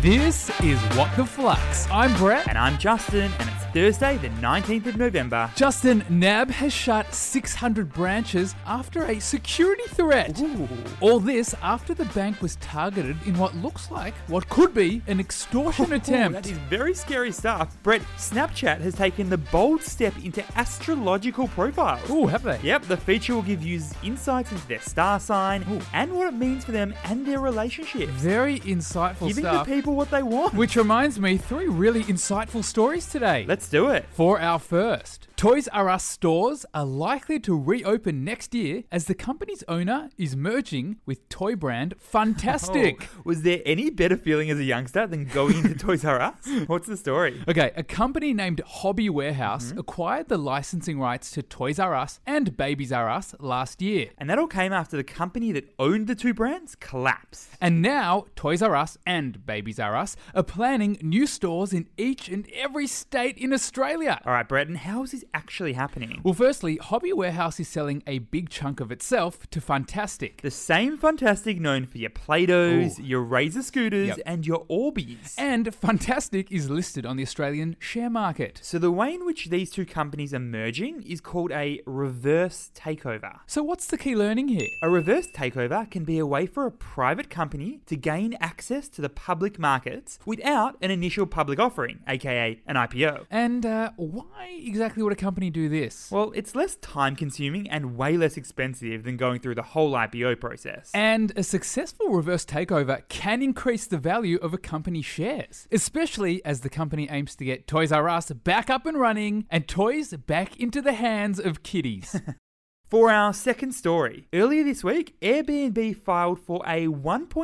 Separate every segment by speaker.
Speaker 1: This is What the Flux. I'm Brett.
Speaker 2: And I'm Justin, and it's Thursday, the 19th of November.
Speaker 1: Justin Nab has shut 600 branches after a security threat. All this after the bank was targeted in what looks like what could be an extortion
Speaker 2: Ooh, that
Speaker 1: attempt.
Speaker 2: is very scary stuff. Brett, Snapchat has taken the bold step into astrological profiles.
Speaker 1: Ooh, have they?
Speaker 2: Yep, the feature will give users insights into their star sign
Speaker 1: Ooh.
Speaker 2: and what it means for them and their relationships,
Speaker 1: Very insightful
Speaker 2: giving
Speaker 1: stuff.
Speaker 2: the people what they want.
Speaker 1: Which reminds me, three really insightful stories today.
Speaker 2: Let's do it.
Speaker 1: For our first, Toys R Us stores are likely to reopen next year as the company's owner is merging with toy brand Fantastic.
Speaker 2: Oh, was there any better feeling as a youngster than going into Toys R Us? What's the story?
Speaker 1: Okay, a company named Hobby Warehouse acquired the licensing rights to Toys R Us and Babies R Us last year.
Speaker 2: And that all came after the company that owned the two brands collapsed.
Speaker 1: And now, Toys R Us and Babies R Us are planning new stores in each and every state in Australia.
Speaker 2: All right, Brett, and how is this actually happening?
Speaker 1: Well, firstly, Hobby Warehouse is selling a big chunk of itself to Fantastic.
Speaker 2: The same Fantastic known for your Play-Dohs,
Speaker 1: Ooh.
Speaker 2: your Razor Scooters,
Speaker 1: Yep.
Speaker 2: and your Orbeez.
Speaker 1: And Fantastic is listed on the Australian share market.
Speaker 2: so the way in which these two companies are merging is called a reverse takeover.
Speaker 1: So, what's the key learning here?
Speaker 2: A reverse takeover can be a way for a private company to gain access to the public markets without an initial public offering, aka an IPO.
Speaker 1: And uh, why exactly would a company do this?
Speaker 2: Well, it's less time consuming and way less expensive than going through the whole IPO process.
Speaker 1: And a successful reverse takeover can increase the value of a company's shares, especially as the company aims to get Toys R Us back up and running and toys back into the hands of kiddies.
Speaker 2: For our second story, earlier this week, Airbnb filed for a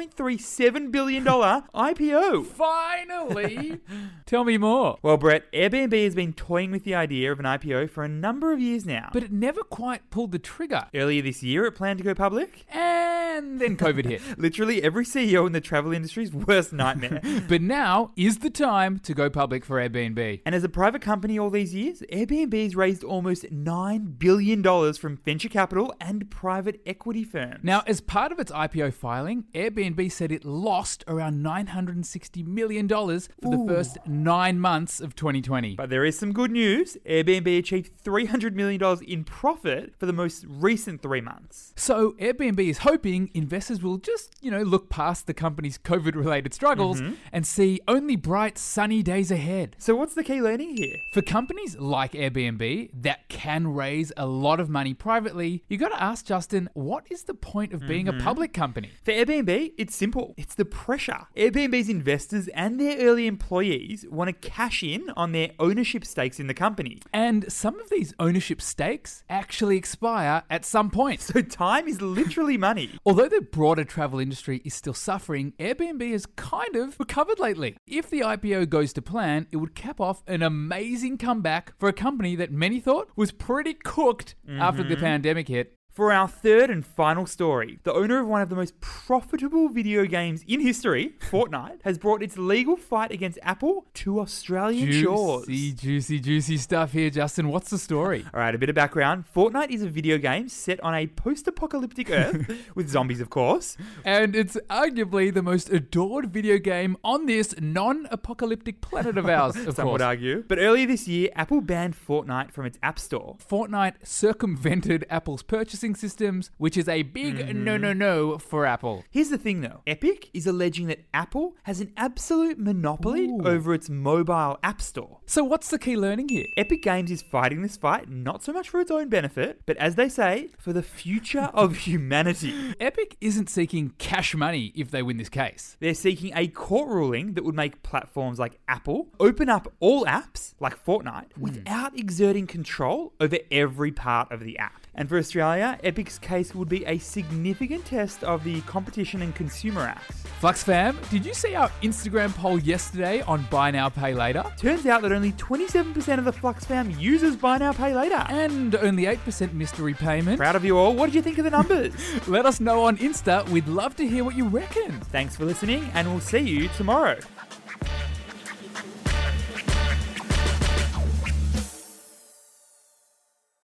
Speaker 2: $1.37 billion IPO.
Speaker 1: Finally! Tell me more.
Speaker 2: Well, Brett, Airbnb has been toying with the idea of an IPO for a number of years now.
Speaker 1: But it never quite pulled the trigger.
Speaker 2: earlier this year, it planned to go public.
Speaker 1: And then COVID hit.
Speaker 2: Literally every CEO in the travel industry's worst nightmare.
Speaker 1: But now is the time to go public for Airbnb.
Speaker 2: and as a private company all these years, Airbnb's raised almost $9 billion from venture capital and private equity firms.
Speaker 1: Now, as part of its IPO filing, Airbnb said it lost around $960 million for the
Speaker 2: Ooh.
Speaker 1: first nine months of 2020.
Speaker 2: But there is some good news. Airbnb achieved $300 million in profit for the most recent three months.
Speaker 1: So Airbnb is hoping investors will just, you know, look past the company's COVID related struggles and see only bright sunny days ahead.
Speaker 2: So, what's the key learning here?
Speaker 1: For companies like Airbnb that can raise a lot of money privately, you got to ask Justin, what is the point of being a public company?
Speaker 2: For Airbnb, it's simple it's the pressure. Airbnb's investors and their early employees want to cash in on their ownership stakes in the company.
Speaker 1: And some of these ownership stakes actually expire at some point.
Speaker 2: So, time is literally money.
Speaker 1: Although the broader travel industry is still suffering, Airbnb has kind of recovered lately. If the IPO goes to plan, it would cap off an amazing comeback for a company that many thought was pretty cooked after
Speaker 2: Mm-hmm.
Speaker 1: the pandemic hit.
Speaker 2: For our third and final story, the owner of one of the most profitable video games in history, Fortnite, has brought its legal fight against Apple to Australian shores.
Speaker 1: Juicy, juicy, juicy stuff here, Justin. What's the story?
Speaker 2: All right, a bit of background. Fortnite is a video game set on a post-apocalyptic Earth with zombies, of course.
Speaker 1: and it's arguably the most adored video game on this non-apocalyptic planet of ours, of
Speaker 2: Some
Speaker 1: course.
Speaker 2: would argue. But earlier this year, Apple banned Fortnite from its App Store.
Speaker 1: Fortnite circumvented Apple's purchasing systems, which is a big
Speaker 2: Mm-hmm.
Speaker 1: no no no for Apple.
Speaker 2: Here's the thing, though. Epic is alleging that Apple has an absolute monopoly
Speaker 1: Ooh.
Speaker 2: over its mobile App Store.
Speaker 1: So, what's the key learning here?
Speaker 2: Epic Games is fighting this fight not so much for its own benefit, but as they say, for the future of humanity.
Speaker 1: Epic isn't seeking cash money if they win this case.
Speaker 2: They're seeking a court ruling that would make platforms like Apple open up all apps, like Fortnite, without exerting control over every part of the app. And for Australia, Epic's case would be a significant test of the Competition and Consumer Act.
Speaker 1: Flux fam, did you see our Instagram poll yesterday on Buy Now Pay Later?
Speaker 2: Turns out that only 27% of the Flux fam uses Buy Now Pay Later.
Speaker 1: And only 8% mystery payment.
Speaker 2: Proud of you all. What did you think of the numbers?
Speaker 1: Let us know on Insta. We'd love to hear what you reckon.
Speaker 2: Thanks for listening, and we'll see you tomorrow.